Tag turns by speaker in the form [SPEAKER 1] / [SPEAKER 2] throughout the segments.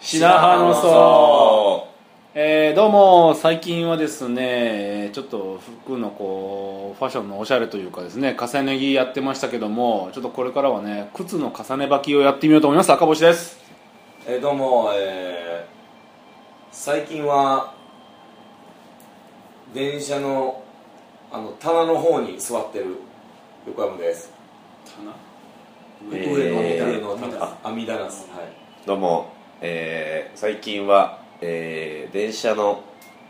[SPEAKER 1] 白羽の層えーどうも最近はですねえーちょっと服のこうファッションのおしゃれというかですね重ね着やってましたけどもちょっとこれからはね靴の重ね履きをやってみようと思います赤星です
[SPEAKER 2] えーどうも、えー最近は電車のあの棚の方に座ってる横山です
[SPEAKER 3] えー
[SPEAKER 2] 上の棚です網棚ですはい
[SPEAKER 3] どうも、えー最近は、えー電車の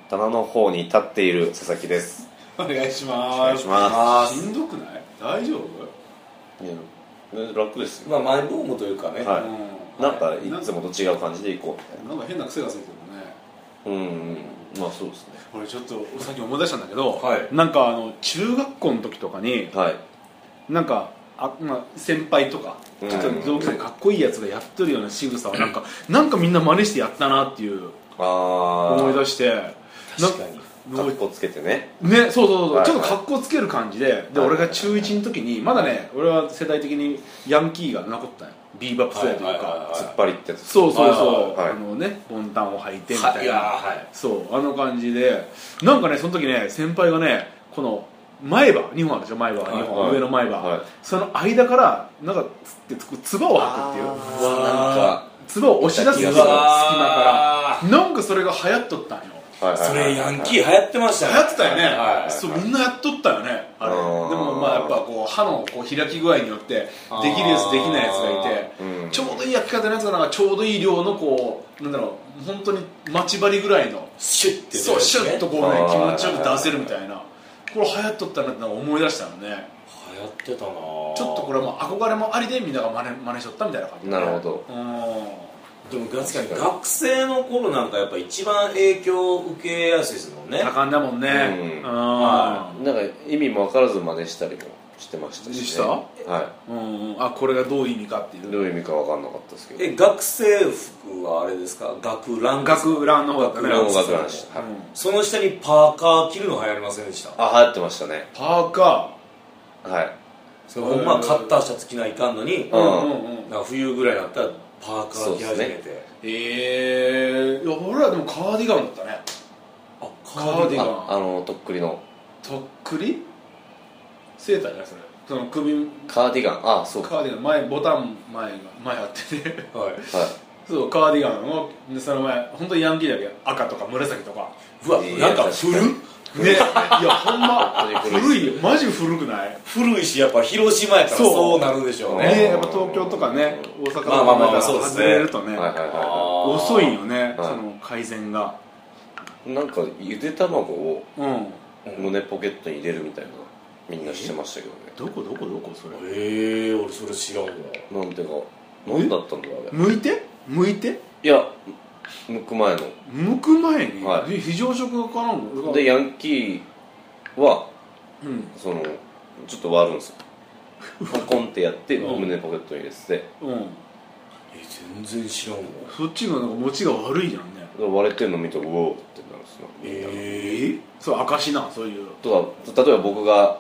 [SPEAKER 3] 棚の方に立っている佐々木です
[SPEAKER 1] お願いします
[SPEAKER 3] お願いしま
[SPEAKER 1] しんどくない大丈夫、
[SPEAKER 3] すいや楽ですよ
[SPEAKER 2] まあマイブームというかね、
[SPEAKER 3] は
[SPEAKER 1] う
[SPEAKER 3] なんかいつもと違う感じで行こ
[SPEAKER 1] ん、なんか変な癖がついてるね
[SPEAKER 3] ううんうんまあそうですね
[SPEAKER 1] 俺ちょっと俺最近思い出したんだけど、
[SPEAKER 2] はい
[SPEAKER 1] なんかあの中学校の時とかに
[SPEAKER 3] はい
[SPEAKER 1] なんかあ、まあ、先輩とか
[SPEAKER 3] うん
[SPEAKER 1] ちょっと同級生でかっこいいやつがやっとるような仕草をなんかなんかみんな真似してやったなっていう
[SPEAKER 3] ああ
[SPEAKER 1] 思い出してな
[SPEAKER 2] 確かに
[SPEAKER 3] カッコつけてね
[SPEAKER 1] ねそうそうそう、
[SPEAKER 3] はいはい
[SPEAKER 1] ちょっと格好つける感じでで
[SPEAKER 3] はい
[SPEAKER 1] 俺が中1の時にまだね俺は世代的にヤンキーが残ったんよビーバップ世代という
[SPEAKER 2] はいはいはい
[SPEAKER 1] か
[SPEAKER 2] はい
[SPEAKER 3] 突っ張りってやつ
[SPEAKER 1] そうそうそう、
[SPEAKER 3] はいはいはい
[SPEAKER 1] あのねボンタンを履いてみたいな、
[SPEAKER 2] はいいやーはい
[SPEAKER 1] そうあの感じでなんかねその時ね先輩がねこの前歯2本あるでしょ前歯
[SPEAKER 2] い
[SPEAKER 1] 2本、
[SPEAKER 3] はい
[SPEAKER 1] 上の前歯、
[SPEAKER 3] はい
[SPEAKER 1] その間からなんかつってつくつばを吐くっていう
[SPEAKER 3] あーなんか
[SPEAKER 1] つばを押し出すんですよ
[SPEAKER 3] う
[SPEAKER 1] 隙間
[SPEAKER 2] わー
[SPEAKER 1] からなんかそれが流行っとったんよ
[SPEAKER 3] はいはい
[SPEAKER 2] そ
[SPEAKER 3] はい
[SPEAKER 2] れヤンキー流行ってました
[SPEAKER 1] 流
[SPEAKER 2] ね
[SPEAKER 1] 行ってたよね、
[SPEAKER 2] はい
[SPEAKER 1] そうみんなやっとったよねあれ
[SPEAKER 3] あ
[SPEAKER 1] で
[SPEAKER 3] ー
[SPEAKER 1] もまあやっぱこう歯のこう開き具合によってできるやつできないやつがいて、
[SPEAKER 3] うん
[SPEAKER 1] ちょうどいい焼き方のやつがなんかちょうどいい量のこうなんだろう本当に待ち針ぐらいの
[SPEAKER 2] シュッて
[SPEAKER 1] そうシュッとこうね
[SPEAKER 3] あー
[SPEAKER 1] 気持ちよく出せるみたいなこれ流行っとったなってなんか思い出したのね
[SPEAKER 2] 流行ってたなぁ
[SPEAKER 1] ちょっとこれもう憧れもありでみんなが真似真似しとったみたいな感じ
[SPEAKER 3] なるほど
[SPEAKER 1] う
[SPEAKER 2] でも確かに学生の頃なんかやっぱ一番影響を受けやすいですもんね
[SPEAKER 1] ん多感だもんね
[SPEAKER 3] う
[SPEAKER 1] う
[SPEAKER 3] ん
[SPEAKER 1] ん
[SPEAKER 3] なんか意味も分からず真似したりもしてましたし、ね、
[SPEAKER 1] した
[SPEAKER 3] は
[SPEAKER 1] うんうんあこれがどういう意味かってい
[SPEAKER 3] いうどういう意味か分かんなかったですけど
[SPEAKER 2] え学生服はあれですか学ランですか
[SPEAKER 1] 学裏の方だったね
[SPEAKER 2] 学
[SPEAKER 3] 音
[SPEAKER 2] 裏
[SPEAKER 3] 楽なんし
[SPEAKER 1] う
[SPEAKER 3] は
[SPEAKER 1] ん
[SPEAKER 3] い
[SPEAKER 2] その下にパーカー着るの流行りませんでした
[SPEAKER 3] あ流行ってましたね
[SPEAKER 1] パーカ
[SPEAKER 3] はい
[SPEAKER 2] そのほんまはカッターシャツ着ないかんの
[SPEAKER 1] ー
[SPEAKER 2] に
[SPEAKER 3] う
[SPEAKER 2] なん
[SPEAKER 1] うんうんうん
[SPEAKER 2] か冬ぐらいになったらパーカー着始め
[SPEAKER 3] そう
[SPEAKER 2] て、
[SPEAKER 1] ええいや俺らでもカーディガンだったね
[SPEAKER 2] あ
[SPEAKER 1] カーディガ
[SPEAKER 3] ああ
[SPEAKER 1] ン
[SPEAKER 3] のとっくりの
[SPEAKER 1] とっくりセーターじゃないそれその首
[SPEAKER 3] カーディガンあそうか
[SPEAKER 1] カーディガン前ボタン前が前あってね
[SPEAKER 2] はい
[SPEAKER 3] は
[SPEAKER 1] そうカーディガンをでその前本当にヤンキーだけど赤とか紫とか
[SPEAKER 2] うわ
[SPEAKER 3] いや
[SPEAKER 2] なんか古
[SPEAKER 3] 確
[SPEAKER 1] ねいやほんま
[SPEAKER 3] 本当に
[SPEAKER 1] 古
[SPEAKER 3] 古い
[SPEAKER 1] いよマジ古くない
[SPEAKER 2] 古いしやっぱ広島やから
[SPEAKER 1] そう
[SPEAKER 2] そうなるでしょうね
[SPEAKER 1] ねやっぱ東京とかね大阪と
[SPEAKER 2] まあまあまあ
[SPEAKER 1] か
[SPEAKER 2] そう
[SPEAKER 1] か
[SPEAKER 2] です
[SPEAKER 1] 外
[SPEAKER 2] ね
[SPEAKER 1] れると
[SPEAKER 3] い
[SPEAKER 1] ね
[SPEAKER 3] はいは
[SPEAKER 2] あ
[SPEAKER 3] い
[SPEAKER 2] ー
[SPEAKER 3] は
[SPEAKER 1] 遅いんよね
[SPEAKER 3] はい
[SPEAKER 1] その改善が
[SPEAKER 3] いなんかゆで卵を
[SPEAKER 1] うん
[SPEAKER 3] 胸ポケットに入れるみたいなみんなしてましたけどね
[SPEAKER 1] どこどこどこそれ
[SPEAKER 2] ええ俺それ知らんわ
[SPEAKER 3] なんてか何だったんだろうあれ
[SPEAKER 1] 向いて向いて
[SPEAKER 3] いやむく前の
[SPEAKER 1] 向く前に、
[SPEAKER 3] はい
[SPEAKER 1] で非常食が絡む
[SPEAKER 3] でヤンキーは
[SPEAKER 1] うん
[SPEAKER 3] そのちょっと割るん ですよパコンってやって
[SPEAKER 1] うん
[SPEAKER 3] 胸ポケットに入れてて
[SPEAKER 1] うん
[SPEAKER 2] え全然知らんわ
[SPEAKER 1] そっちのなんか持ちが悪いじゃんね
[SPEAKER 3] 割れてんの見てうおーってなるんですよ
[SPEAKER 2] ええ
[SPEAKER 1] そう証なそういう
[SPEAKER 3] とか例えば僕が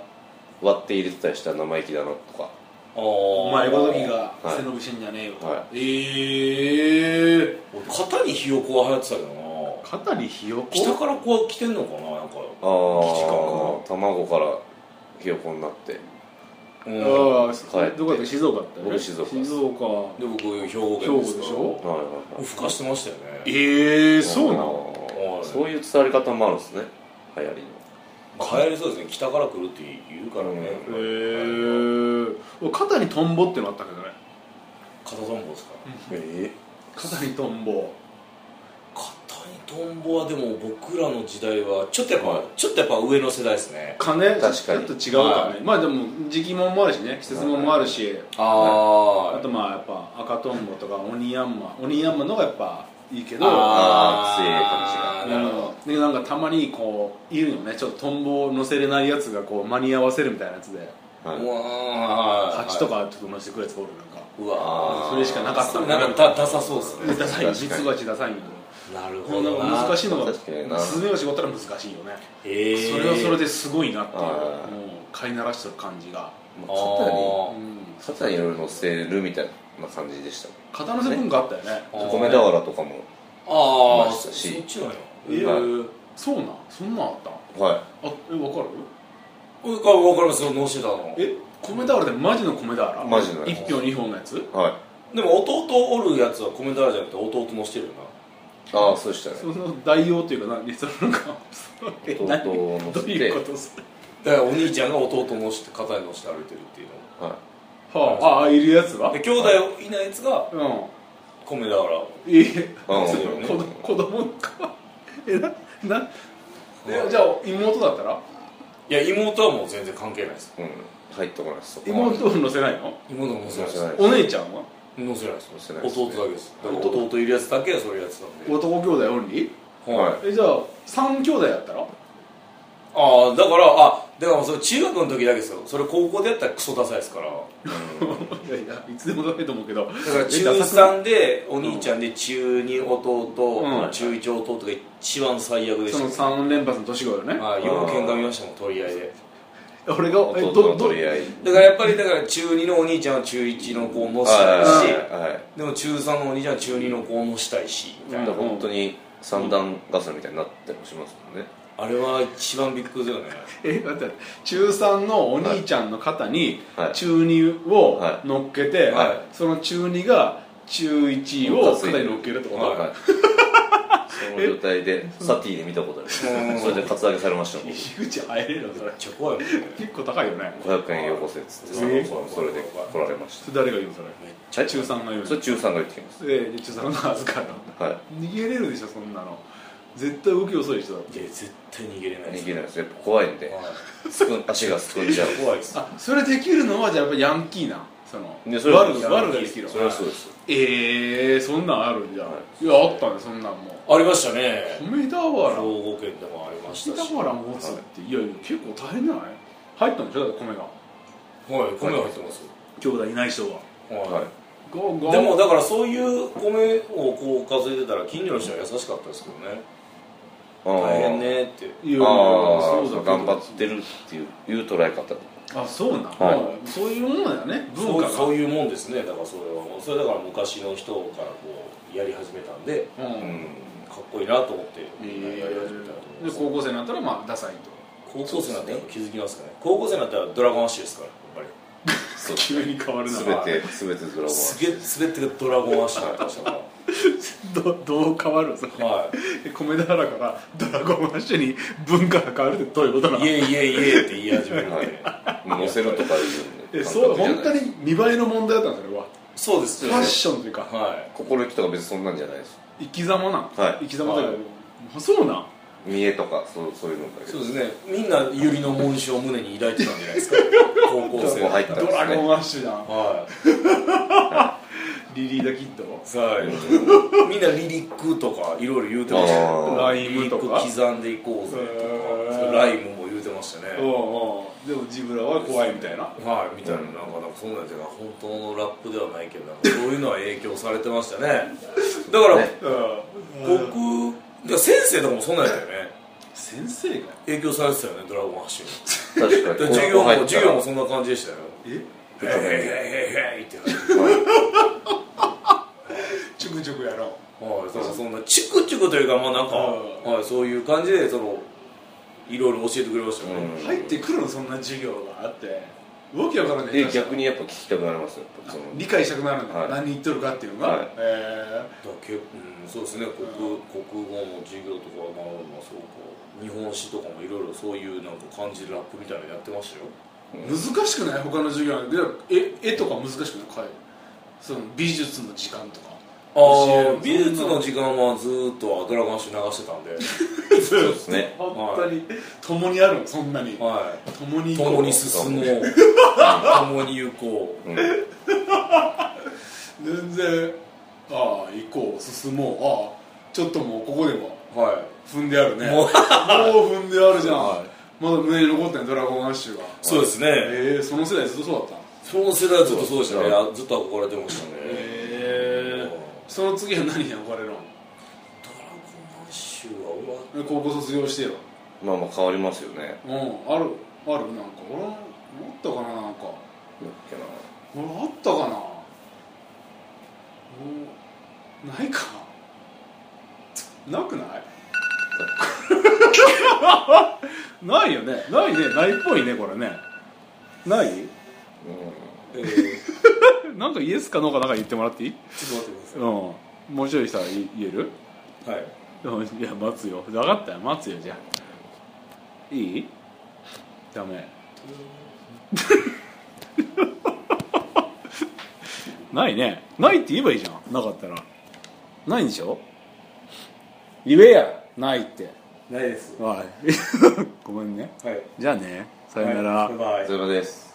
[SPEAKER 3] 割って入れてたりしたら生意気だなとか
[SPEAKER 2] あお
[SPEAKER 1] お前ごときが
[SPEAKER 3] はい
[SPEAKER 1] 背伸びしてんじゃねえよ、
[SPEAKER 3] は
[SPEAKER 1] ええ
[SPEAKER 2] 肩にひよこは流行ってたけどな
[SPEAKER 1] 肩にひよこ
[SPEAKER 2] 北からこう来てんのかななんか
[SPEAKER 3] ああ卵からひよこになって
[SPEAKER 2] うん
[SPEAKER 1] ああ、
[SPEAKER 3] はい
[SPEAKER 1] どこだっけ静岡だったよね
[SPEAKER 3] 僕静岡です
[SPEAKER 1] 静岡
[SPEAKER 2] で僕兵庫
[SPEAKER 1] 兵
[SPEAKER 2] 県
[SPEAKER 1] 庫
[SPEAKER 2] で
[SPEAKER 1] です
[SPEAKER 2] か
[SPEAKER 1] しょ
[SPEAKER 3] はいはいはい
[SPEAKER 2] ふかしてましたよね
[SPEAKER 1] ええそうなの
[SPEAKER 3] の
[SPEAKER 2] はい
[SPEAKER 3] そういう伝わり方もあるんですね流行りの
[SPEAKER 2] まあ流行りそうですね北から来るって言うからね
[SPEAKER 1] ええ肩にトンボってのあったけどね
[SPEAKER 2] 肩トンボですか
[SPEAKER 3] え
[SPEAKER 1] 肩にトンボ
[SPEAKER 2] 肩にトンボはでも僕らの時代はちょっとやっぱ、
[SPEAKER 3] はい
[SPEAKER 2] ちょっとやっぱ上の世代ですね
[SPEAKER 1] 金確
[SPEAKER 3] かに
[SPEAKER 1] ちょっと違うからね、まあでも時期もんもあるしね季節もんもあるし、
[SPEAKER 2] あ
[SPEAKER 1] あとまあやっぱ赤トンボとか鬼ヤンマ鬼ヤンマのがやっぱいいけど
[SPEAKER 3] あ
[SPEAKER 1] う
[SPEAKER 2] ー
[SPEAKER 1] ん
[SPEAKER 2] 強い感じがなるほど
[SPEAKER 1] でなんかたまにこういるよねちょっとトンボを乗せれないやつがこう間に合わせるみたいなやつで
[SPEAKER 3] えは
[SPEAKER 2] う
[SPEAKER 3] い
[SPEAKER 2] わーはい
[SPEAKER 1] 蜂とかちょっと乗せてくるやつがおるなんか
[SPEAKER 2] うわー
[SPEAKER 1] それしかなかった
[SPEAKER 2] そ
[SPEAKER 1] ね
[SPEAKER 2] れなんかダダサそうですね
[SPEAKER 1] ダサいよ蜜
[SPEAKER 3] 確かに
[SPEAKER 1] 蜂ダサいよ
[SPEAKER 2] なる
[SPEAKER 1] このなんか難しいのが
[SPEAKER 3] 確かにな
[SPEAKER 1] スズメバチがおったら難しいよね、
[SPEAKER 2] へー
[SPEAKER 1] それはそれですごいなっていう、
[SPEAKER 3] あー
[SPEAKER 1] もう飼いならしてる感じが、
[SPEAKER 3] まあ肩に
[SPEAKER 2] あー
[SPEAKER 1] うん
[SPEAKER 3] 肩にいろいろ乗せるみたいな感じでしたね
[SPEAKER 1] 肩のせ文化あったよね
[SPEAKER 2] あー
[SPEAKER 3] 米俵とかも
[SPEAKER 2] ちなんやええ
[SPEAKER 3] うん
[SPEAKER 1] そうなんそんなんあったあ
[SPEAKER 3] は
[SPEAKER 1] えわかる
[SPEAKER 2] うんか分かりますよ脳してたの
[SPEAKER 1] え米俵でマジの米俵
[SPEAKER 3] マジのや
[SPEAKER 1] 1票2票のやつ
[SPEAKER 3] いはい
[SPEAKER 2] でも弟おるやつはコメントあるじゃなくて弟のしてるよ
[SPEAKER 3] ああそうでしたね
[SPEAKER 1] その代用というか何そのなんかえ
[SPEAKER 3] 弟
[SPEAKER 1] 何
[SPEAKER 3] を乗
[SPEAKER 1] ど
[SPEAKER 3] せ
[SPEAKER 1] う
[SPEAKER 3] て
[SPEAKER 1] いうことする
[SPEAKER 2] なだからお兄ちゃんが弟のして肩に乗して歩いてるっていう
[SPEAKER 3] は
[SPEAKER 1] はあああいるやつは
[SPEAKER 2] ので兄弟いないやつが
[SPEAKER 1] うん
[SPEAKER 2] コメントある
[SPEAKER 1] いえ
[SPEAKER 3] うん
[SPEAKER 1] その子ど子供か えなな
[SPEAKER 2] う
[SPEAKER 1] え
[SPEAKER 2] ん
[SPEAKER 1] じゃあ妹だったら
[SPEAKER 2] いや妹はもう全然関係ないです
[SPEAKER 3] いうん入ってこないですそこ
[SPEAKER 1] 妹を乗せないの
[SPEAKER 2] 妹も乗せないで
[SPEAKER 3] 乗せな
[SPEAKER 2] す
[SPEAKER 3] い
[SPEAKER 1] お姉ちゃんは
[SPEAKER 2] 乗せないです
[SPEAKER 3] 乗せないですね
[SPEAKER 2] 弟だけですだから弟いるやつだけはそういうやつなんで
[SPEAKER 1] 男兄弟オンリー
[SPEAKER 3] はい
[SPEAKER 1] えじゃあ3兄弟だったら
[SPEAKER 2] ああだからあだからそれ中学の時だけですよそれ高校でやったらクソダサいですからだ
[SPEAKER 1] いやいやいつでもだめと思うけど
[SPEAKER 2] から中3でお兄ちゃんで中2弟、
[SPEAKER 1] うん
[SPEAKER 2] 中1弟が一番最悪で
[SPEAKER 1] その
[SPEAKER 2] した
[SPEAKER 1] 3連発の年頃よね
[SPEAKER 2] はいよう喧嘩見ましたもん取り合いで
[SPEAKER 1] 俺がえ
[SPEAKER 3] 弟
[SPEAKER 1] ど
[SPEAKER 3] の
[SPEAKER 1] ど
[SPEAKER 3] 取り合い
[SPEAKER 2] だからやっぱりだから中2のお兄ちゃんは中1の子を乗せたい
[SPEAKER 1] は
[SPEAKER 2] し
[SPEAKER 3] はいはい
[SPEAKER 2] でも中3のお兄ちゃんは中2の子を乗せたいしみたいな
[SPEAKER 3] だから本当に三段重ねみたいになってもしますもんね
[SPEAKER 2] あれは一番びっくりだよね
[SPEAKER 1] えだって中3のお兄ちゃんの肩に
[SPEAKER 3] はい
[SPEAKER 1] 中2を
[SPEAKER 3] はい
[SPEAKER 1] 乗っけて、
[SPEAKER 2] は
[SPEAKER 1] その中2が中1を肩に乗っけるってこと、
[SPEAKER 2] はい
[SPEAKER 3] はい その状態でサティで見たことあります
[SPEAKER 2] うん
[SPEAKER 3] それでカツアゲされましたもん
[SPEAKER 1] 入り口入れるのそれ
[SPEAKER 2] めっちゃ怖いもんね
[SPEAKER 1] 結構高いよね
[SPEAKER 3] 500円よこせっつってそ
[SPEAKER 1] え
[SPEAKER 2] ー
[SPEAKER 3] れで来られまし
[SPEAKER 1] それ誰が言うのそれ
[SPEAKER 3] た
[SPEAKER 1] 中3が言うの
[SPEAKER 3] それ中3が言ってきます
[SPEAKER 1] え中3の預かるの
[SPEAKER 3] はい
[SPEAKER 1] 逃げれるでしょそんなの絶対動き遅い人だって
[SPEAKER 2] いや絶対逃げれない
[SPEAKER 3] 逃げ
[SPEAKER 2] れ
[SPEAKER 3] ないですやっぱ怖いんですくん足がすくんじゃう
[SPEAKER 2] 怖いです
[SPEAKER 1] あそれできるのはじゃあやっぱヤンキーなその
[SPEAKER 3] いやそれは
[SPEAKER 1] 悪が悪ができるの
[SPEAKER 3] それはそうです
[SPEAKER 1] ええー、そんなんあるんじゃん、、
[SPEAKER 3] はい
[SPEAKER 1] やあったねそんなんも
[SPEAKER 2] ありましたね
[SPEAKER 1] う米田
[SPEAKER 2] 兵
[SPEAKER 1] 原
[SPEAKER 2] 庫県でもありまし
[SPEAKER 1] 米
[SPEAKER 2] た
[SPEAKER 1] 田
[SPEAKER 2] し
[SPEAKER 1] 原持つっていやいや結構大変じゃない入ったんでしょだって米が
[SPEAKER 2] はい米入ってます
[SPEAKER 1] 兄弟いない人は
[SPEAKER 2] は
[SPEAKER 3] はい
[SPEAKER 1] ゴーゴー
[SPEAKER 2] でもだからそういう米をこう数えてたら近所の人は優しかったですけどね
[SPEAKER 3] あー
[SPEAKER 2] 大変ねって
[SPEAKER 1] いやいやいや
[SPEAKER 3] ああ
[SPEAKER 1] そうだけど
[SPEAKER 3] 頑張ってるっていういう捉え方
[SPEAKER 1] あそうなん、
[SPEAKER 3] はい
[SPEAKER 1] まあそういうものだよね文
[SPEAKER 2] そ
[SPEAKER 1] 化
[SPEAKER 2] う
[SPEAKER 1] が
[SPEAKER 2] そういうもんですねだからそれはそれだから昔の人からこうやり始めたんで
[SPEAKER 1] うん
[SPEAKER 3] うん
[SPEAKER 2] かっこいいなと思って
[SPEAKER 1] えー
[SPEAKER 2] やり始めたと思いま
[SPEAKER 1] です高校生になったらまあダサいと
[SPEAKER 2] 高校生になったら気づきますかね高校生になったらドラゴンアッシュですからやっぱり
[SPEAKER 3] そう
[SPEAKER 1] 急に変わるな
[SPEAKER 3] すべてすべてドラゴン
[SPEAKER 2] すげえ滑ってドラゴンアッシュになってましたか
[SPEAKER 1] どどう変わるのそれ
[SPEAKER 2] らはい
[SPEAKER 1] 米田原からドラゴンアッシュに文化が変わるってどういうことなの
[SPEAKER 2] イエイイエイイエイって言い始めるんで、
[SPEAKER 3] 乗せるとかいうん
[SPEAKER 1] え
[SPEAKER 3] で
[SPEAKER 1] そう
[SPEAKER 3] 感
[SPEAKER 1] 本
[SPEAKER 3] 覚じゃ
[SPEAKER 1] 当
[SPEAKER 3] ない
[SPEAKER 1] に見栄えの問題だったんですよそれは
[SPEAKER 2] そうです
[SPEAKER 1] フ
[SPEAKER 2] ね
[SPEAKER 1] ァッションというか
[SPEAKER 2] は
[SPEAKER 3] 心意気とか別にそんなんじゃないです
[SPEAKER 1] 生き様なん、
[SPEAKER 3] はい
[SPEAKER 1] 生き様というか、
[SPEAKER 2] はい
[SPEAKER 1] もうそうなん
[SPEAKER 3] 見栄とかそうそういうのだ
[SPEAKER 2] い
[SPEAKER 3] け
[SPEAKER 2] そ
[SPEAKER 3] ど
[SPEAKER 2] うですねみんなユリの紋章を胸に抱いてたんじゃない ですか高校生
[SPEAKER 3] ここ入った
[SPEAKER 1] ドラゴンアッシュじゃん
[SPEAKER 2] は
[SPEAKER 1] リリー・ダ・キッド
[SPEAKER 2] いはいみんなリリックとかいろいろ言うてました
[SPEAKER 3] あ
[SPEAKER 2] よ
[SPEAKER 3] ー
[SPEAKER 1] ライムとか
[SPEAKER 2] リリック刻んでいこうぜと
[SPEAKER 1] へー
[SPEAKER 2] かライムも言うてましたね
[SPEAKER 1] おうおうでもジブラは怖いみたいな
[SPEAKER 2] はいみたいななんかなんかそんなんていうか本当のラップではないけどなんかそういうのは影響されてましたねだから、
[SPEAKER 3] ね
[SPEAKER 1] うん
[SPEAKER 2] 僕いや先生とかもそんなんやったよね
[SPEAKER 1] 先生が
[SPEAKER 2] 影響されてたよねドラゴンアッシュに
[SPEAKER 3] 確か
[SPEAKER 2] で
[SPEAKER 3] に
[SPEAKER 2] 授業も
[SPEAKER 3] 入ったら
[SPEAKER 2] 授業もそんな感じでしたよ
[SPEAKER 1] え
[SPEAKER 2] へいへいへいへいって感じ
[SPEAKER 1] ちょくちょくやろ
[SPEAKER 2] はいそのそんなチクチクというかまあなんか、
[SPEAKER 1] う
[SPEAKER 2] はい、そういう感じでそのいろいろ教えてくれましたよね、
[SPEAKER 1] う入ってくるのそんな授業があってわけわから ない
[SPEAKER 3] で逆にやっぱ聞きたくなりますよやっぱその
[SPEAKER 1] 理解したくなるんだ、
[SPEAKER 3] はい
[SPEAKER 1] 何言っとるかっていうのが、
[SPEAKER 3] はい
[SPEAKER 1] え
[SPEAKER 2] だからけうん、そうですね国国語の授業とかまあまあそうか日本史とかもいろいろそういうなんか感じでラップみたいなのやってましたよ
[SPEAKER 1] ー難しくない他の授業なんで絵絵とか難しくないかいその美術の時間とか
[SPEAKER 2] ああ
[SPEAKER 1] 教え
[SPEAKER 2] 美
[SPEAKER 1] る
[SPEAKER 2] 術の時間はずーっとドラゴンアッシュ流してたんで
[SPEAKER 3] そうですね
[SPEAKER 1] 本当に共にあるのそんなに
[SPEAKER 2] は
[SPEAKER 1] 共に
[SPEAKER 2] い
[SPEAKER 1] 行こう
[SPEAKER 2] 共に進もう共に行こ
[SPEAKER 3] うん
[SPEAKER 1] 全然ああ行こう進もうああちょっともうここでも
[SPEAKER 2] うは
[SPEAKER 1] 踏んであるね
[SPEAKER 2] も
[SPEAKER 1] もう踏んであるじゃん、
[SPEAKER 2] はい
[SPEAKER 1] まだ胸に残ってんドラゴンアッシュが
[SPEAKER 2] いそうですね
[SPEAKER 1] ええその世代ずっとそうだった
[SPEAKER 2] その世代はずっとそうでしたね
[SPEAKER 3] そ
[SPEAKER 2] あずっと憧れてましたね
[SPEAKER 1] えその次は何に憧れるの
[SPEAKER 2] ドラゴンアッシュはうわ
[SPEAKER 1] 高校卒業してよ
[SPEAKER 3] まあまあ変わりますよね
[SPEAKER 1] うんあるあるなんか俺もあったかななんか
[SPEAKER 3] だっけな
[SPEAKER 1] 俺あったかなもうないかなくない ないよねないねないっぽいねこれねない
[SPEAKER 2] え ー
[SPEAKER 1] なんかイエスかノーかなんか言ってもらっていい
[SPEAKER 2] ちょっと待ってくだ
[SPEAKER 1] う
[SPEAKER 2] さ
[SPEAKER 1] んもう一人さい言える
[SPEAKER 2] いはい
[SPEAKER 1] うんいや待つよ分かったよ待つよじゃあいいダメないねないって言えばいいじゃんなかったらないんでしょ言えやないって
[SPEAKER 2] ないです
[SPEAKER 1] はい ごめんね
[SPEAKER 2] はい
[SPEAKER 1] じゃあねさよなら、
[SPEAKER 2] はいバイバイ
[SPEAKER 3] そういうことです